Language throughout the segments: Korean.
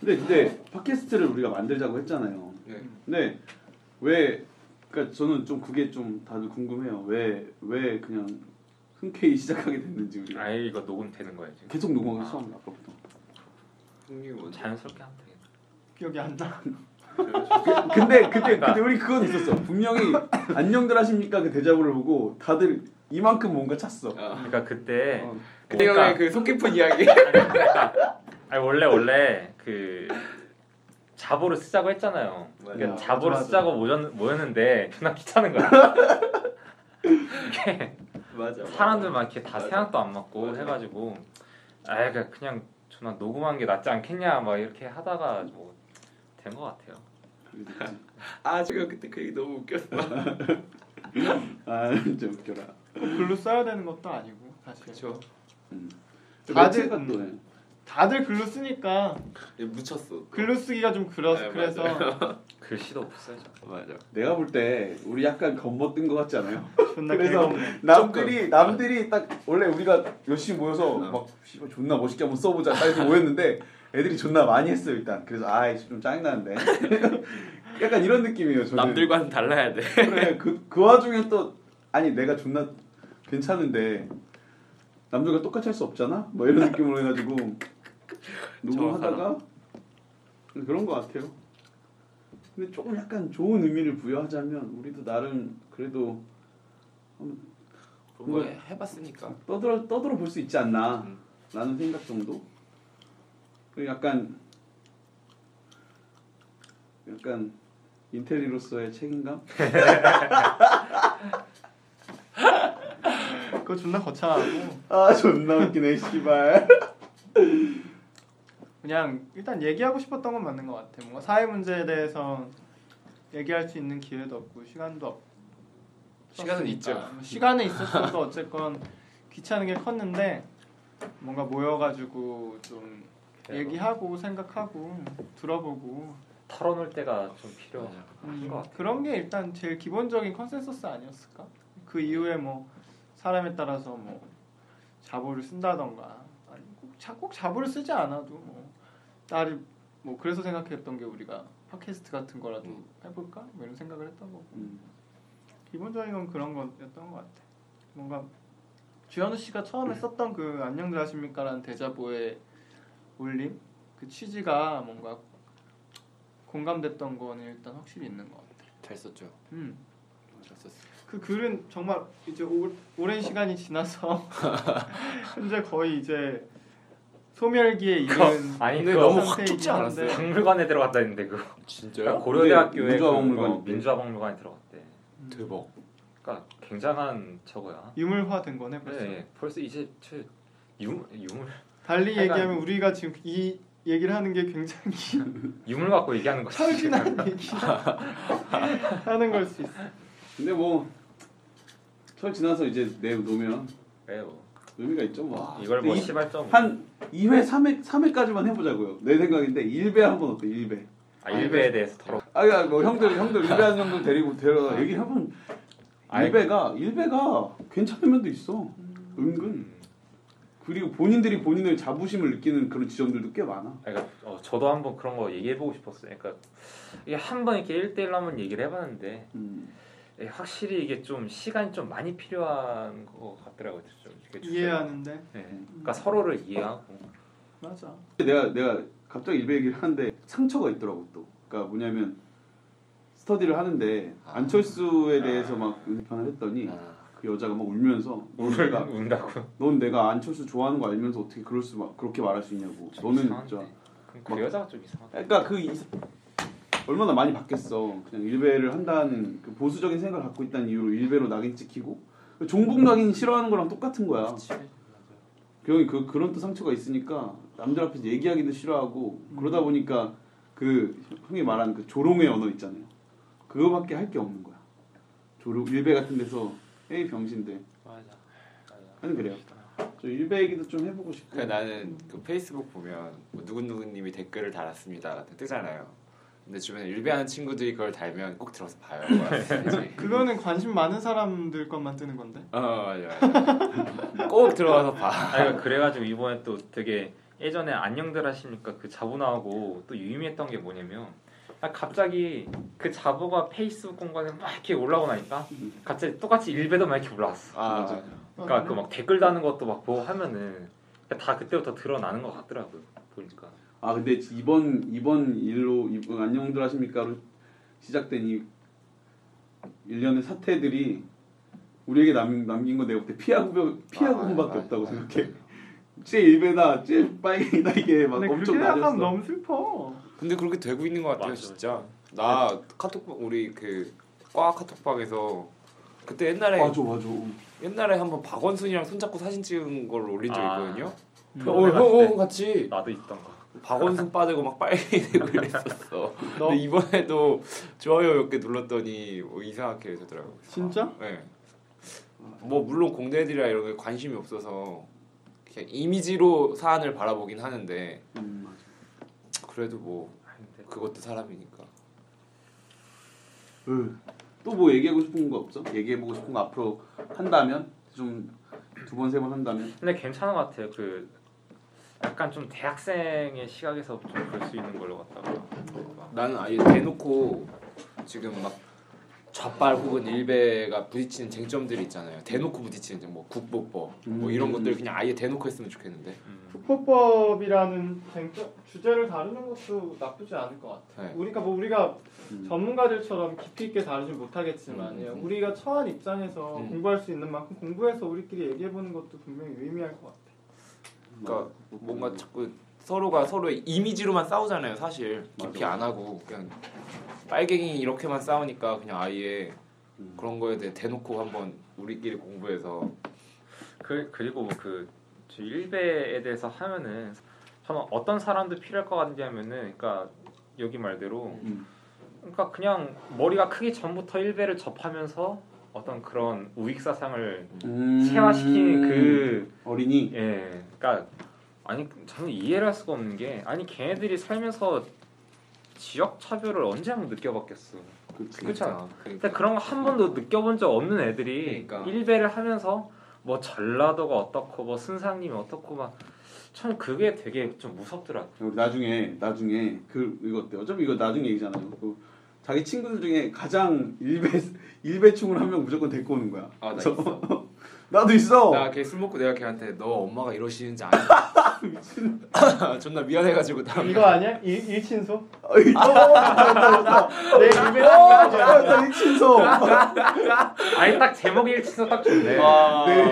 근데 근데 팟캐스트를 우리가 만들자고 했잖아요. 네. 근데 왜? 그러니까 저는 좀 그게 좀 다들 궁금해요. 왜 왜 그냥 흔쾌히 시작하게 됐는지 우리가 아예 이거 녹음되는 거예요 지금. 계속 녹음하기 처음 아까부터. 자연스럽게 하면 되겠다. 기억이 안 나. 근데 그때 근데 우리 그건 있었어. 분명히 안녕들 하십니까 그 대자보를 보고 다들 이만큼 뭔가 찼어. 그러니까 그때 어. 아, 그때 그러니까 형의 그 속 깊은 이야기 아니 원래 원래 그 자보를 쓰자고 했잖아요. 그러니까 맞아, 자보를 맞아. 쓰자고 모였, 모였는데 그냥 귀찮은 거야. 맞아 사람들 막 이렇게 다 맞아. 생각도 안 맞고 맞아. 해가지고 아 그냥 그냥 전화 녹음한 게 낫지 않겠냐 막 이렇게 하다가 뭐 된 것 같아요. 아 제가 그때 그 얘기 너무 웃겼어 아 진짜 웃겨라. 글로 써야 되는 것도 아니고 사실. 그쵸 음. 다들- 며칠 갔더네. 다들 글로 쓰니까 예, 묻혔어 글로 쓰기가 좀 그래서 네, 그래서 글씨도 없어져. 맞아 내가 볼 때 우리 약간 겁먹은 것 같지 않아요? 존나 그래서 개그맨. 남들이 남들이 딱 원래 우리가 열심히 어. 모여서 막 씨발 존나 멋있게 한번 써보자 딱 이렇게 모였는데 애들이 존나 많이 했어요 일단 그래서 아이씨 좀 짜증나는데 약간 이런 느낌이에요 저는 남들과는 달라야 돼 그래 그, 그 와중에 또 아니 내가 존나 괜찮은데 남들과 똑같이 할 수 없잖아? 뭐 이런 느낌으로 해가지고 녹음하다가 그런 것 같아요 근데 조금 약간 좋은 의미를 부여하자면 우리도 나름 그래도 뭐 해봤으니까 떠들어 떠들어 볼 수 있지 않나 음. 라는 생각 정도 그리고 약간 약간 인텔리로서의 책임감 그거 존나 거창하고 아 존나 웃기네 씨발 그냥 일단 얘기하고 싶었던 건 맞는 것 같아. 뭔가 사회 문제에 대해서 얘기할 수 있는 기회도 없고 시간도 없. 뭐 시간은 있죠. 시간은 있었어도 어쨌건 귀찮은 게 컸는데 뭔가 모여가지고 좀 얘기하고 생각하고 들어보고 털어놓을 때가 좀 필요한 음, 것 같아요. 그런 게 일단 제일 기본적인 컨센서스 아니었을까? 그 이후에 뭐 사람에 따라서 뭐 자보를 쓴다던가 아니 꼭, 자, 꼭 자보를 쓰지 않아도 뭐 딸이 뭐 그래서 생각했던 게 우리가 팟캐스트 같은 거라도 음. 해볼까? 뭐 이런 생각을 했던 거고 음. 기본적인 건 그런 거였던 것 같아 뭔가 주현우 씨가 처음에 썼던 그 안녕들 하십니까라는 대자보의 올림 그 취지가 뭔가 공감됐던 거는 일단 확실히 있는 것 같아 잘 썼죠 음. 잘 썼어 그 글은 정말 이제 오, 오랜 시간이 지나서 현재 거의 이제 소멸기에 이른 아니 근데 그거 너무 상태이긴 확 죽지 않았어요? 한데, 네. 박물관에 들어갔다 했는데 그거 아, 진짜요? 고려대학교에 민주화 그 박물관인데. 어, 민주화 박물관에 들어갔대. 음, 대박 그러니까 굉장한 저거야. 유물화된 거네 네, 벌써 네. 벌써 이제 저 유물 유물 달리 약간- 얘기하면 우리가 지금 이 얘기를 하는 게 굉장히 유물 갖고 얘기하는 거지. 철진한 얘기 하는 걸 수 있어 근데 뭐 철 지나서 이제 내 놓으면 네, 뭐. 의미가 있죠 뭐. 이걸 뭐 근데 이- 시발점. 한 2회 3회 3회까지만 해보자고요. 내 생각인데 1배 한번 어때? 1배. 아, 일베에 대해서 털어. 아, 그러니까 뭐 형들 형들 1배 한 정도 데리고 데려 얘기 해본 아이. 1배가 1배가 괜찮은 면도 있어. 은근. 음. 그리고 본인들이 본인의 자부심을 느끼는 그런 지점들도 꽤 많아. 그러니까 어, 저도 한번 그런 거 얘기해 보고 싶었어요. 그러니까 이게 한번 이렇게 1대1로 한번 얘기를 해봤는데 음. 예, 확실히 이게 좀 시간이 좀 많이 필요한 것 같더라고요. 좀 이렇게 주제가. 이해하는데 네. 그러니까 서로를 이해하고. 맞아 내가 내가 갑자기 1배 얘기를 하는데 상처가 있더라고 또. 그러니까 뭐냐면 스터디를 하는데 아. 안철수에 대해서 막 비판을 했더니 그 여자가 막 울면서 울, 내가 운다고. 넌 내가 안철수 좋아하는 거 알면서 어떻게 그럴 수 막 그렇게 말할 수 있냐고. 너는 이상한데. 진짜 그럼 막- 그 여자가 좀 이상하다. 그러니까 그 이사- 얼마나 많이 바뀌었어. 그냥 일베를 한다는 그 보수적인 생각을 갖고 있다는 이유로 일베로 낙인 찍히고 그 종북 낙인 싫어하는 거랑 똑같은 거야. 음. 그 형이 그 그런 또 상처가 있으니까 남들 앞에서 얘기하기도 싫어하고 그러다 보니까 그 형이 말한 그 조롱의 언어 있잖아요. 그거밖에 할 게 없는 거야. 조롱 일베 같은 데서 에이 병신들 맞아. 맞아. 아니 그래요. 저 일베 얘기도 좀 해보고 싶고. 그러니까 나는 그 페이스북 보면 뭐 누군누군님이 댓글을 달았습니다 뜨잖아요. 근데 주변에 일배하는 친구들이 그걸 달면 꼭 들어서 봐요. 그거는 관심 많은 사람들 것만 뜨는 건데. 어 맞아. 맞아. 꼭 들어와서 봐. 아니 그러니까 그래가지고 이번에 또 되게 예전에 안녕들 하십니까 그 자본하고 또 유의미했던 게 뭐냐면 아, 갑자기 그 자보가 페이스북 공간에 막 이렇게 올라오고 나니까 갑자기 똑같이 일배도 막 이렇게 올라왔어. 아 맞아. 맞아. 그러니까 그 막 댓글 다는 것도 막 보고 하면은 그러니까 다 그때부터 드러나는 것 같더라고요. 보니까. 아 근데 이번 이번 일로 이번 안녕들 하십니까로 시작된 이 일련의 사태들이 우리에게 남, 남긴 건 내가 볼때 피하고 아, 피하고밖에 없다고 생각해. 쟤 일베다, 쟤 빨갱이다 이게 막 근데 엄청 그렇게 생각하면 나뉘었어. 너무 슬퍼. 근데 그렇게 되고 있는 것 같아요 맞아, 진짜. 나 카톡방 우리 그 과 카톡방에서 그때 옛날에 맞아 맞아. 옛날에 한번 박원순이랑 손잡고 사진 찍은 걸 올린 적 아. 있거든요. 음. 어, 어, 갔을 때. 어, 같이 나도 있던 거. 박원순 빠지고 막 빨리 되고 이랬었어. 근데 이번에도 좋아요 이렇게 눌렀더니 뭐 이상하게 되더라고. 진짜? 네. 뭐 물론 공대들이라 이런 게 관심이 없어서 그냥 이미지로 사안을 바라보긴 하는데 음, 맞아. 그래도 뭐 아, 근데 그것도 사람이니까. 또 뭐 얘기하고 싶은 거 없어? 얘기해보고 싶은 거 앞으로 한다면 좀 두 번 세 번 한다면 근데 괜찮은 것 같아요. 그 약간 좀 대학생의 시각에서 좀 볼 수 있는 걸로 같다고. 나는 아예 대놓고 지금 막 좌빨 혹은 일베가 부딪히는 쟁점들이 있잖아요. 대놓고 부딪히는 뭐 국보법 뭐 이런 음. 것들 그냥 아예 대놓고 했으면 좋겠는데. 음. 국법법이라는 쟁점 주제를 다루는 것도 나쁘지 않을 것 같아. 네. 우리가 뭐 우리가 음. 전문가들처럼 깊이 있게 다루진 못하겠지만 음, 음. 우리가 처한 입장에서 음. 공부할 수 있는 만큼 공부해서 우리끼리 얘기해 보는 것도 분명히 의미할 것 같아. 그러니까 뭔가 자꾸 서로가 서로의 이미지로만 싸우잖아요 사실 깊이 안 하고 그냥 빨갱이 이렇게만 싸우니까 그냥 아예 음. 그런 거에 대해 대놓고 한번 우리끼리 공부해서 그 그리고 그 일배에 대해서 하면은 저는 어떤 사람도 필요할 것 같냐면은 그러니까 여기 말대로 음. 그러니까 그냥 머리가 크기 전부터 일배를 접하면서 어떤 그런 우익 사상을 음. 체화시키는 그 어린이 예, 그러니까 아니 저는 이해를 할 수가 없는 게 아니 걔네들이 살면서 지역 차별을 언제 한번 느껴봤겠어. 그렇잖아. 그렇죠. 근데 그런 거 한 번도 느껴본 적 없는 애들이 그러니까. 일배를 하면서 뭐 전라도가 어떻고 뭐 순상님이 어떻고 막참 그게 되게 좀 무섭더라. 우리 나중에 나중에 그 이거 어때? 어차피 이거 나중에 얘기잖아요. 그 자기 친구들 중에 가장 일배 일배충을 한 명 무조건 데리고 오는 거야. 아, 나 그래서 있어. 나도 있어. 나걔 술 먹고 내가 걔한테 너 엄마가 이러시는지 아니 존나 미안해가지고 나 이거 아니야? 일, 일친소? 어이, 어. 내 입에 나 아, 나이 아, 친서. 아니 딱 제목이 일치서 딱 좋네. 와. 어, 네.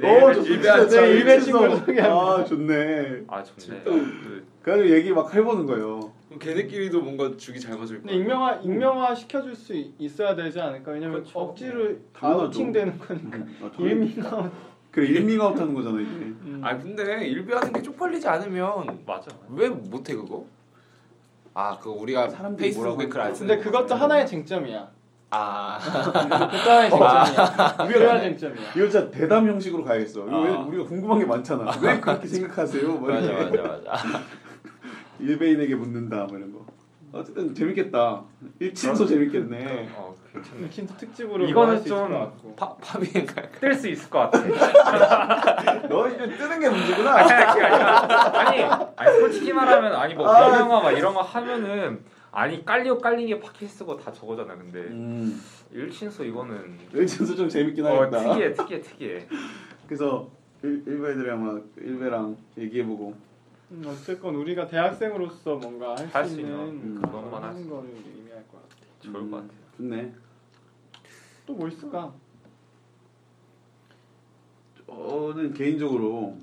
좋다. 일배- 진짜 내 일배 친서. 친구를 소개합니다. 아, 좋네. 아 좋네. 그, 그래가지고 얘기 막 해보는 거예요. 그럼 걔네끼리도 뭔가 죽이 잘 맞을 근데 익명화 익명화 시켜줄 수 있- 있어야 되지 않을까? 왜냐면 그렇죠. 억지로 당연하죠. 아웃팅되는 거니까 아, 저는- 이미가 그래 일밍 아웃하는 거잖아 이게. 아 근데 일비하는 게 쪽팔리지 않으면 맞아. 왜 못해 그거? 아 그거 우리가 사람들이 뭐라고 페이스북에 글 안 쓰는 근데 그것도 하나의 쟁점이야. 아 그것도 하나의 쟁점이야. 우리가 쟁점이야. 이거 진짜 대담 형식으로 가야겠어. 이거 아. 왜 우리가 궁금한 게 많잖아. 왜 그렇게 생각하세요? 뭐 맞아 이렇게. 맞아 맞아 일베인에게 묻는다 뭐 이런 거. 어쨌든 재밌겠다. 일친소 재밌겠네. 어 괜찮네. 미친 특집으로 이거는 뭐할수 있을 좀- 것 같고. 파, 파비인가요? 뜰 수 있을 것 같아. 너 이제 뜨는 게 아니, 문제구나. 그게 아니라- 아니, 아니 솔직히 말하면 아니 뭐 아. 명영화 막 이런 거 하면은 아니 깔리고 깔린 게 팟캐스트고 다 저거잖아. 근데 음. 일친소 이거는 일친소 좀 재밌긴 어 하겠다. 특이해 특이해 특이해. 그래서 일, 일베 애들이랑 막 일베랑 얘기해보고 음, 어쨌건 우리가 대학생으로서 뭔가 할 할 수 수 있는 있는 그런 것만 걸 할수 하는 거를 의미할 것 같아. 좋을 것 같아. 음, 좋네. 또 뭐 있을까? 저는 개인적으로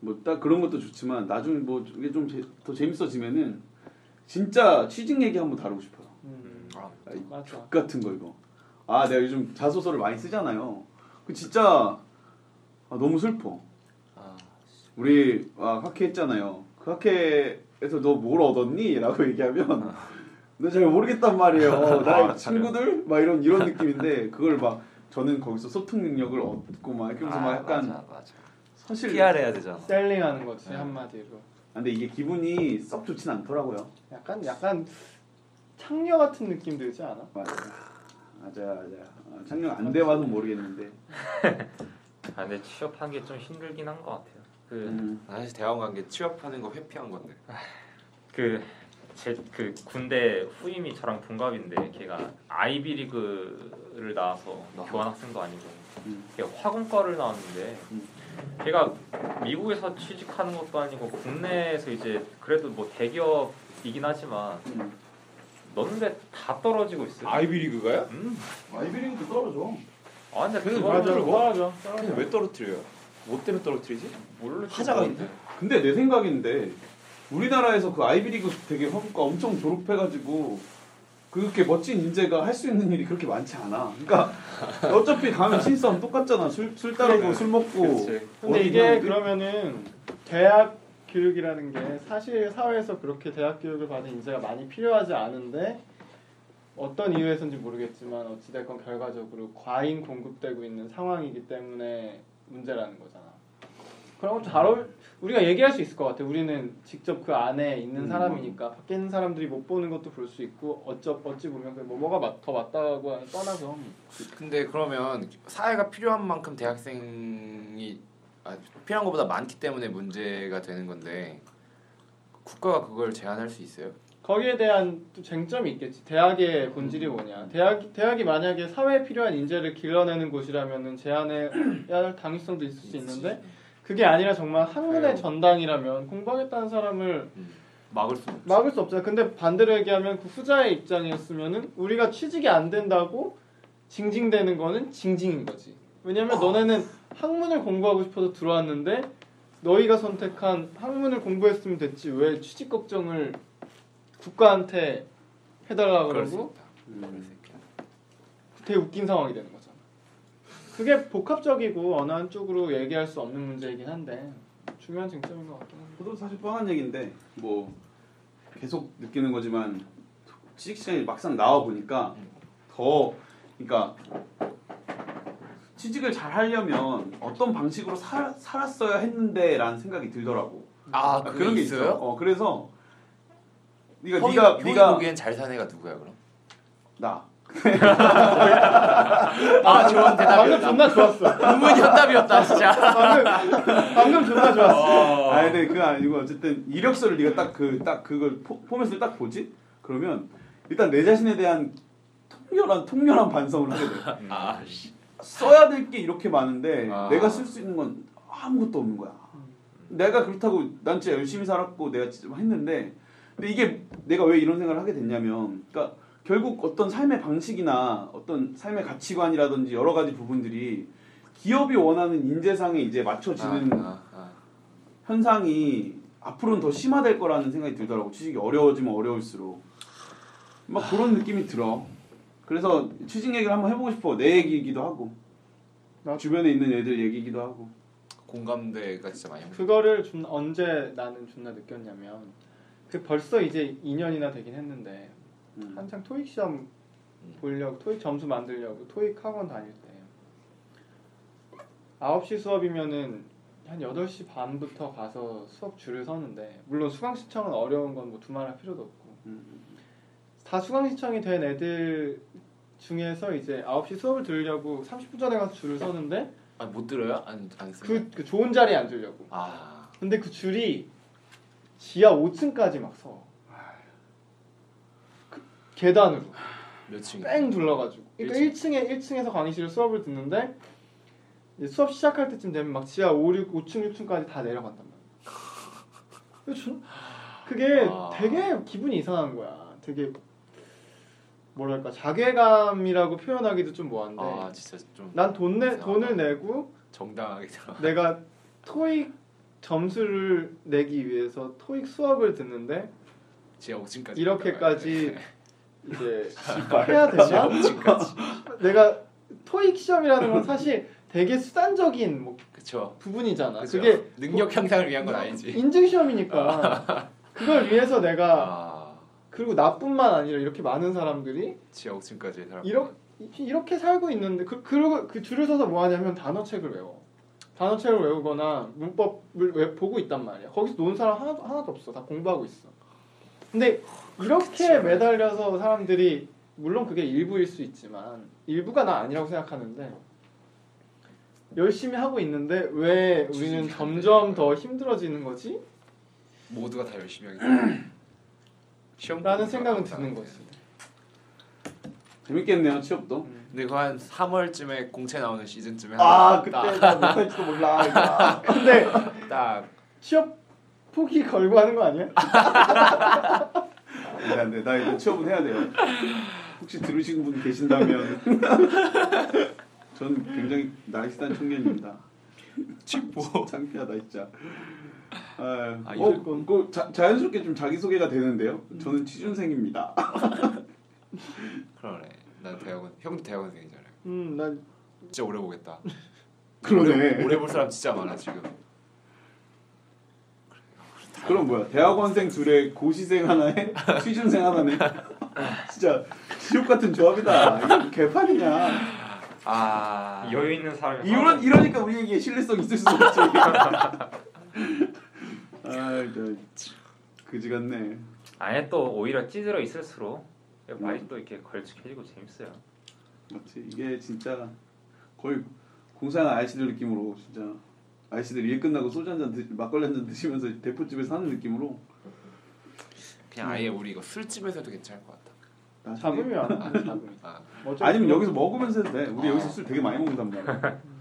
뭐 딱 그런 것도 좋지만 나중에 뭐 이게 좀 더 재밌어지면은 진짜 취직 얘기 한번 다루고 싶어요. 음, 족 맞아. 같은 거 이거. 아 내가 요즘 자소서를 많이 쓰잖아요. 그 진짜 아, 너무 슬퍼. 아, 우리 아, 학회 했잖아요. 그 학회 에서 너 뭘 얻었니? 라고 얘기하면 아. 너 잘 모르겠단 말이에요. 나의 친구들 막 이런 이런 느낌인데 그걸 막 저는 거기서 소통 능력을 얻고 막 이렇게 하면서 막 약간 맞아, 맞아. 사실 PR 해야 되잖아. 셀링하는 거지 네. 한마디로. 아, 근데 이게 기분이 썩 좋진 않더라고요. 약간 약간 창녀 같은 느낌 들지 않아? 맞아 맞아 맞아. 아, 창녕 안 돼봐서 모르겠는데. 아 근데 취업한 게 좀 힘들긴 한 것 같아요. 네. 그 음. 나 사실 대학 간 게 취업하는 거 회피한 건데. 그 제 그 군대 후임이 저랑 동갑인데 걔가 아이비리그를 나와서 교환학생도 아니고 음. 걔가 화공과를 나왔는데 음. 걔가 미국에서 취직하는 것도 아니고 국내에서 이제 그래도 뭐 대기업이긴 하지만 음. 넣는데 다 떨어지고 있어요. 아이비리그가요? 음. 아이비링도 떨어져. 아 근데 그래서 그거를 맞아요. 떨어져. 근데 왜 떨어뜨려요? 뭐 때문에 떨어뜨리지? 모르겠어. 하자가 있네. 근데 내 생각인데 우리나라에서 그 아이비리그 되게 허브가 엄청 졸업해가지고 그렇게 멋진 인재가 할 수 있는 일이 그렇게 많지 않아. 그러니까 어차피 가면 신싸움 똑같잖아. 술, 술 따르고 술 먹고. 그치. 근데 어디 이게 있는 분들? 그러면은 대학 교육이라는 게 사실 사회에서 그렇게 대학 교육을 받은 인재가 많이 필요하지 않은데 어떤 이유에서인지 모르겠지만 어찌됐건 결과적으로 과잉 공급되고 있는 상황이기 때문에 문제라는 거잖아. 그런 것도 잘 어울, 우리가 얘기할 수 있을 것 같아. 우리는 직접 그 안에 있는 음. 사람이니까 밖에 있는 사람들이 못 보는 것도 볼 수 있고 어쩌 어찌 보면 그 뭐- 뭐가 맞- 더 맞다고 떠나서 근데 그러면 사회가 필요한 만큼 대학생이 아, 필요한 것보다 많기 때문에 문제가 되는 건데 국가가 그걸 제한할 수 있어요? 거기에 대한 또 쟁점이 있겠지. 대학의 음. 본질이 뭐냐. 대학 대학이 만약에 사회에 필요한 인재를 길러내는 곳이라면은 제한해야 할 당위성도 있을 수 있는데 그게 아니라 정말 학문의 그래요. 전당이라면 공부하겠다는 사람을 음, 막을 수 없죠. 막을 수 없잖아. 근데 반대로 얘기하면 그 후자의 입장이었으면은 우리가 취직이 안 된다고 징징대는 거는 징징인 거지. 왜냐면 너네는 학문을 공부하고 싶어서 들어왔는데 너희가 선택한 학문을 공부했으면 됐지 왜 취직 걱정을 국가한테 해달라 그럴 수 그러고 있다. 그럴 음. 수 있다. 되게 웃긴 상황이 되는 거잖아. 그게 복합적이고 어느 한쪽으로 얘기할 수 없는 문제이긴 한데 중요한 쟁점인 것 같긴 한데. 저도 사실 뻔한 얘기인데 뭐 계속 느끼는 거지만 취직시장이 막상 나와 보니까 더 그러니까 취직을 잘 하려면 어떤 방식으로 살, 살았어야 했는데라는 생각이 들더라고. 아 아, 그게 그런 게 있어요? 있어요? 어 그래서 네가 형이, 네가 형이 네가 보기엔 잘 사는 애가 누구야 그럼? 나 아 좋은 방금 존나 좋았어. 문문 현답이었다 진짜. 방금 방금 존나 좋았어. 아 근데 그거 아니고 어쨌든 이력서를 네가 딱 그 딱 그걸 포, 포맷을 딱 보지 그러면 일단 내 자신에 대한 통렬한 통렬한 반성을 하게 돼. 아 씨. 써야 될 게 이렇게 많은데 아. 내가 쓸 수 있는 건 아무것도 없는 거야. 내가 그렇다고 난 진짜 열심히 살았고 내가 진짜 했는데 근데 이게 내가 왜 이런 생각을 하게 됐냐면 그러니까 결국 어떤 삶의 방식이나 어떤 삶의 가치관이라든지 여러 가지 부분들이 기업이 원하는 인재상에 이제 맞춰지는 아, 아, 현상이 앞으로는 더 심화될 거라는 생각이 들더라고 취직이 어려워지면 어려울수록 막 그런 느낌이 들어 그래서 취직 얘기를 한번 해보고 싶어 내 얘기이기도 하고 나도. 주변에 있는 애들 얘기이기도 하고 아. 공감대가 진짜 많이. 없네. 그거를 좀 언제 나는 존나 느꼈냐면 그 벌써 이제 2년이나 되긴 했는데 음. 한창 토익 시험 보려고 토익 점수 만들려고 토익 학원 다닐 때 9시 수업이면은 한 8시 반부터 가서 수업 줄을 서는데 물론 수강 신청은 어려운 건 뭐 두말할 필요도 없고 음. 다 수강 신청이 된 애들 중에서 이제 9시 수업을 들으려고 30분 전에 가서 줄을 서는데 아못 들어요? 안안 쓰. 그, 그 좋은 자리에 앉으려고 아 근데 그 줄이 지하 5층까지 막 서. 그 계단으로 아, 몇 층? 뺑 둘러가지고. 그러니까 1층에 1층에서 강의실 수업을 듣는데 이제 수업 시작할 때쯤 되면 막 지하 5, 6, 5층, 6층까지 다 내려간단 말이야. 근데 좀 그게 아. 되게 기분이 이상한 거야. 되게 뭐랄까 자괴감이라고 표현하기도 좀 뭐한데 아 진짜 좀 난 돈 내 이상하다. 돈을 내고 정당하게 들어. 내가 토익 점수를 내기 위해서 토익 수업을 듣는데 지하 5층까지. 네. 이렇게까지 이제 해야 되나? 5층까지. 내가 토익 시험이라는 건 사실 되게 수단적인 뭐 그쵸. 부분이잖아. 그죠. 그게 뭐 능력 향상을 위한 건 아니지. 인증 시험이니까 그걸 위해서 내가 아, 그리고 나뿐만 아니라 이렇게 많은 사람들이 지역층까지 사람. 이렇게 이렇게 살고 있는데 그 그러고 그 줄을 서서 뭐 하냐면 단어책을 외워. 단어책을 외우거나 문법을 왜 보고 있단 말이야. 거기서 노는 사람 하나도 하나도 없어. 다 공부하고 있어. 근데 이렇게 매달려서 사람들이 물론 그게 일부일 수 있지만 일부가 나 아니라고 생각하는데 열심히 하고 있는데 왜 우리는 점점 더 힘들어지는 거지? 모두가 다 열심히 하겠다. 시험 라는 공부가 생각은 안 드는 나는데. 거지. 재밌겠네요 취업도. 근데 그거 한 3월쯤에 공채 나오는 시즌쯤에 아 그때 나못할지도 몰라. 이거. 근데 딱 취업 포기 걸고 하는 거 아니야? 안돼 안돼 네, 나 이거 취업은 해야 돼요. 혹시 들으신 분 계신다면 저는 굉장히 나이스한 청년입니다. 뭐. 창피하다 진짜. 아, 아, 어, 이럴 건- 그 자, 자연스럽게 좀 자기 소개가 되는데요. 저는 취준생입니다. 그러네. 난 대학원 형도 대학원생이잖아. 요 음, 난 진짜 오래 보겠다. 그러네. 오래 볼 사람 진짜 많아 지금. 그럼 뭐야? 대학원생 둘에 고시생 하나에 취준생 하나네. 진짜 지옥 같은 조합이다. 이거 개판이냐? 아 여유 있는 사람이 이런 이러니까 우리에게 신뢰성 있을 수 없지. 아, 그 그지 같네. 아예 또 오히려 찌들어 있을수록 말이 또 이렇게 걸쭉해지고 재밌어요. 맞지? 이게 진짜 거의 공사하는 아이씨들 느낌으로 진짜 아이씨들 일 끝나고 소주 한잔 드, 막걸리 한 잔 드시면서 대포집에 사는 느낌으로 그냥 아예 우리 이거 술집에서도 괜찮을 것 같다. 나중에- 잡음이 안 잡음. 아 어차피 아니면 여기서 먹으면서 해도 돼. 우리 여기서 술 되게 많이 먹는단 말이야.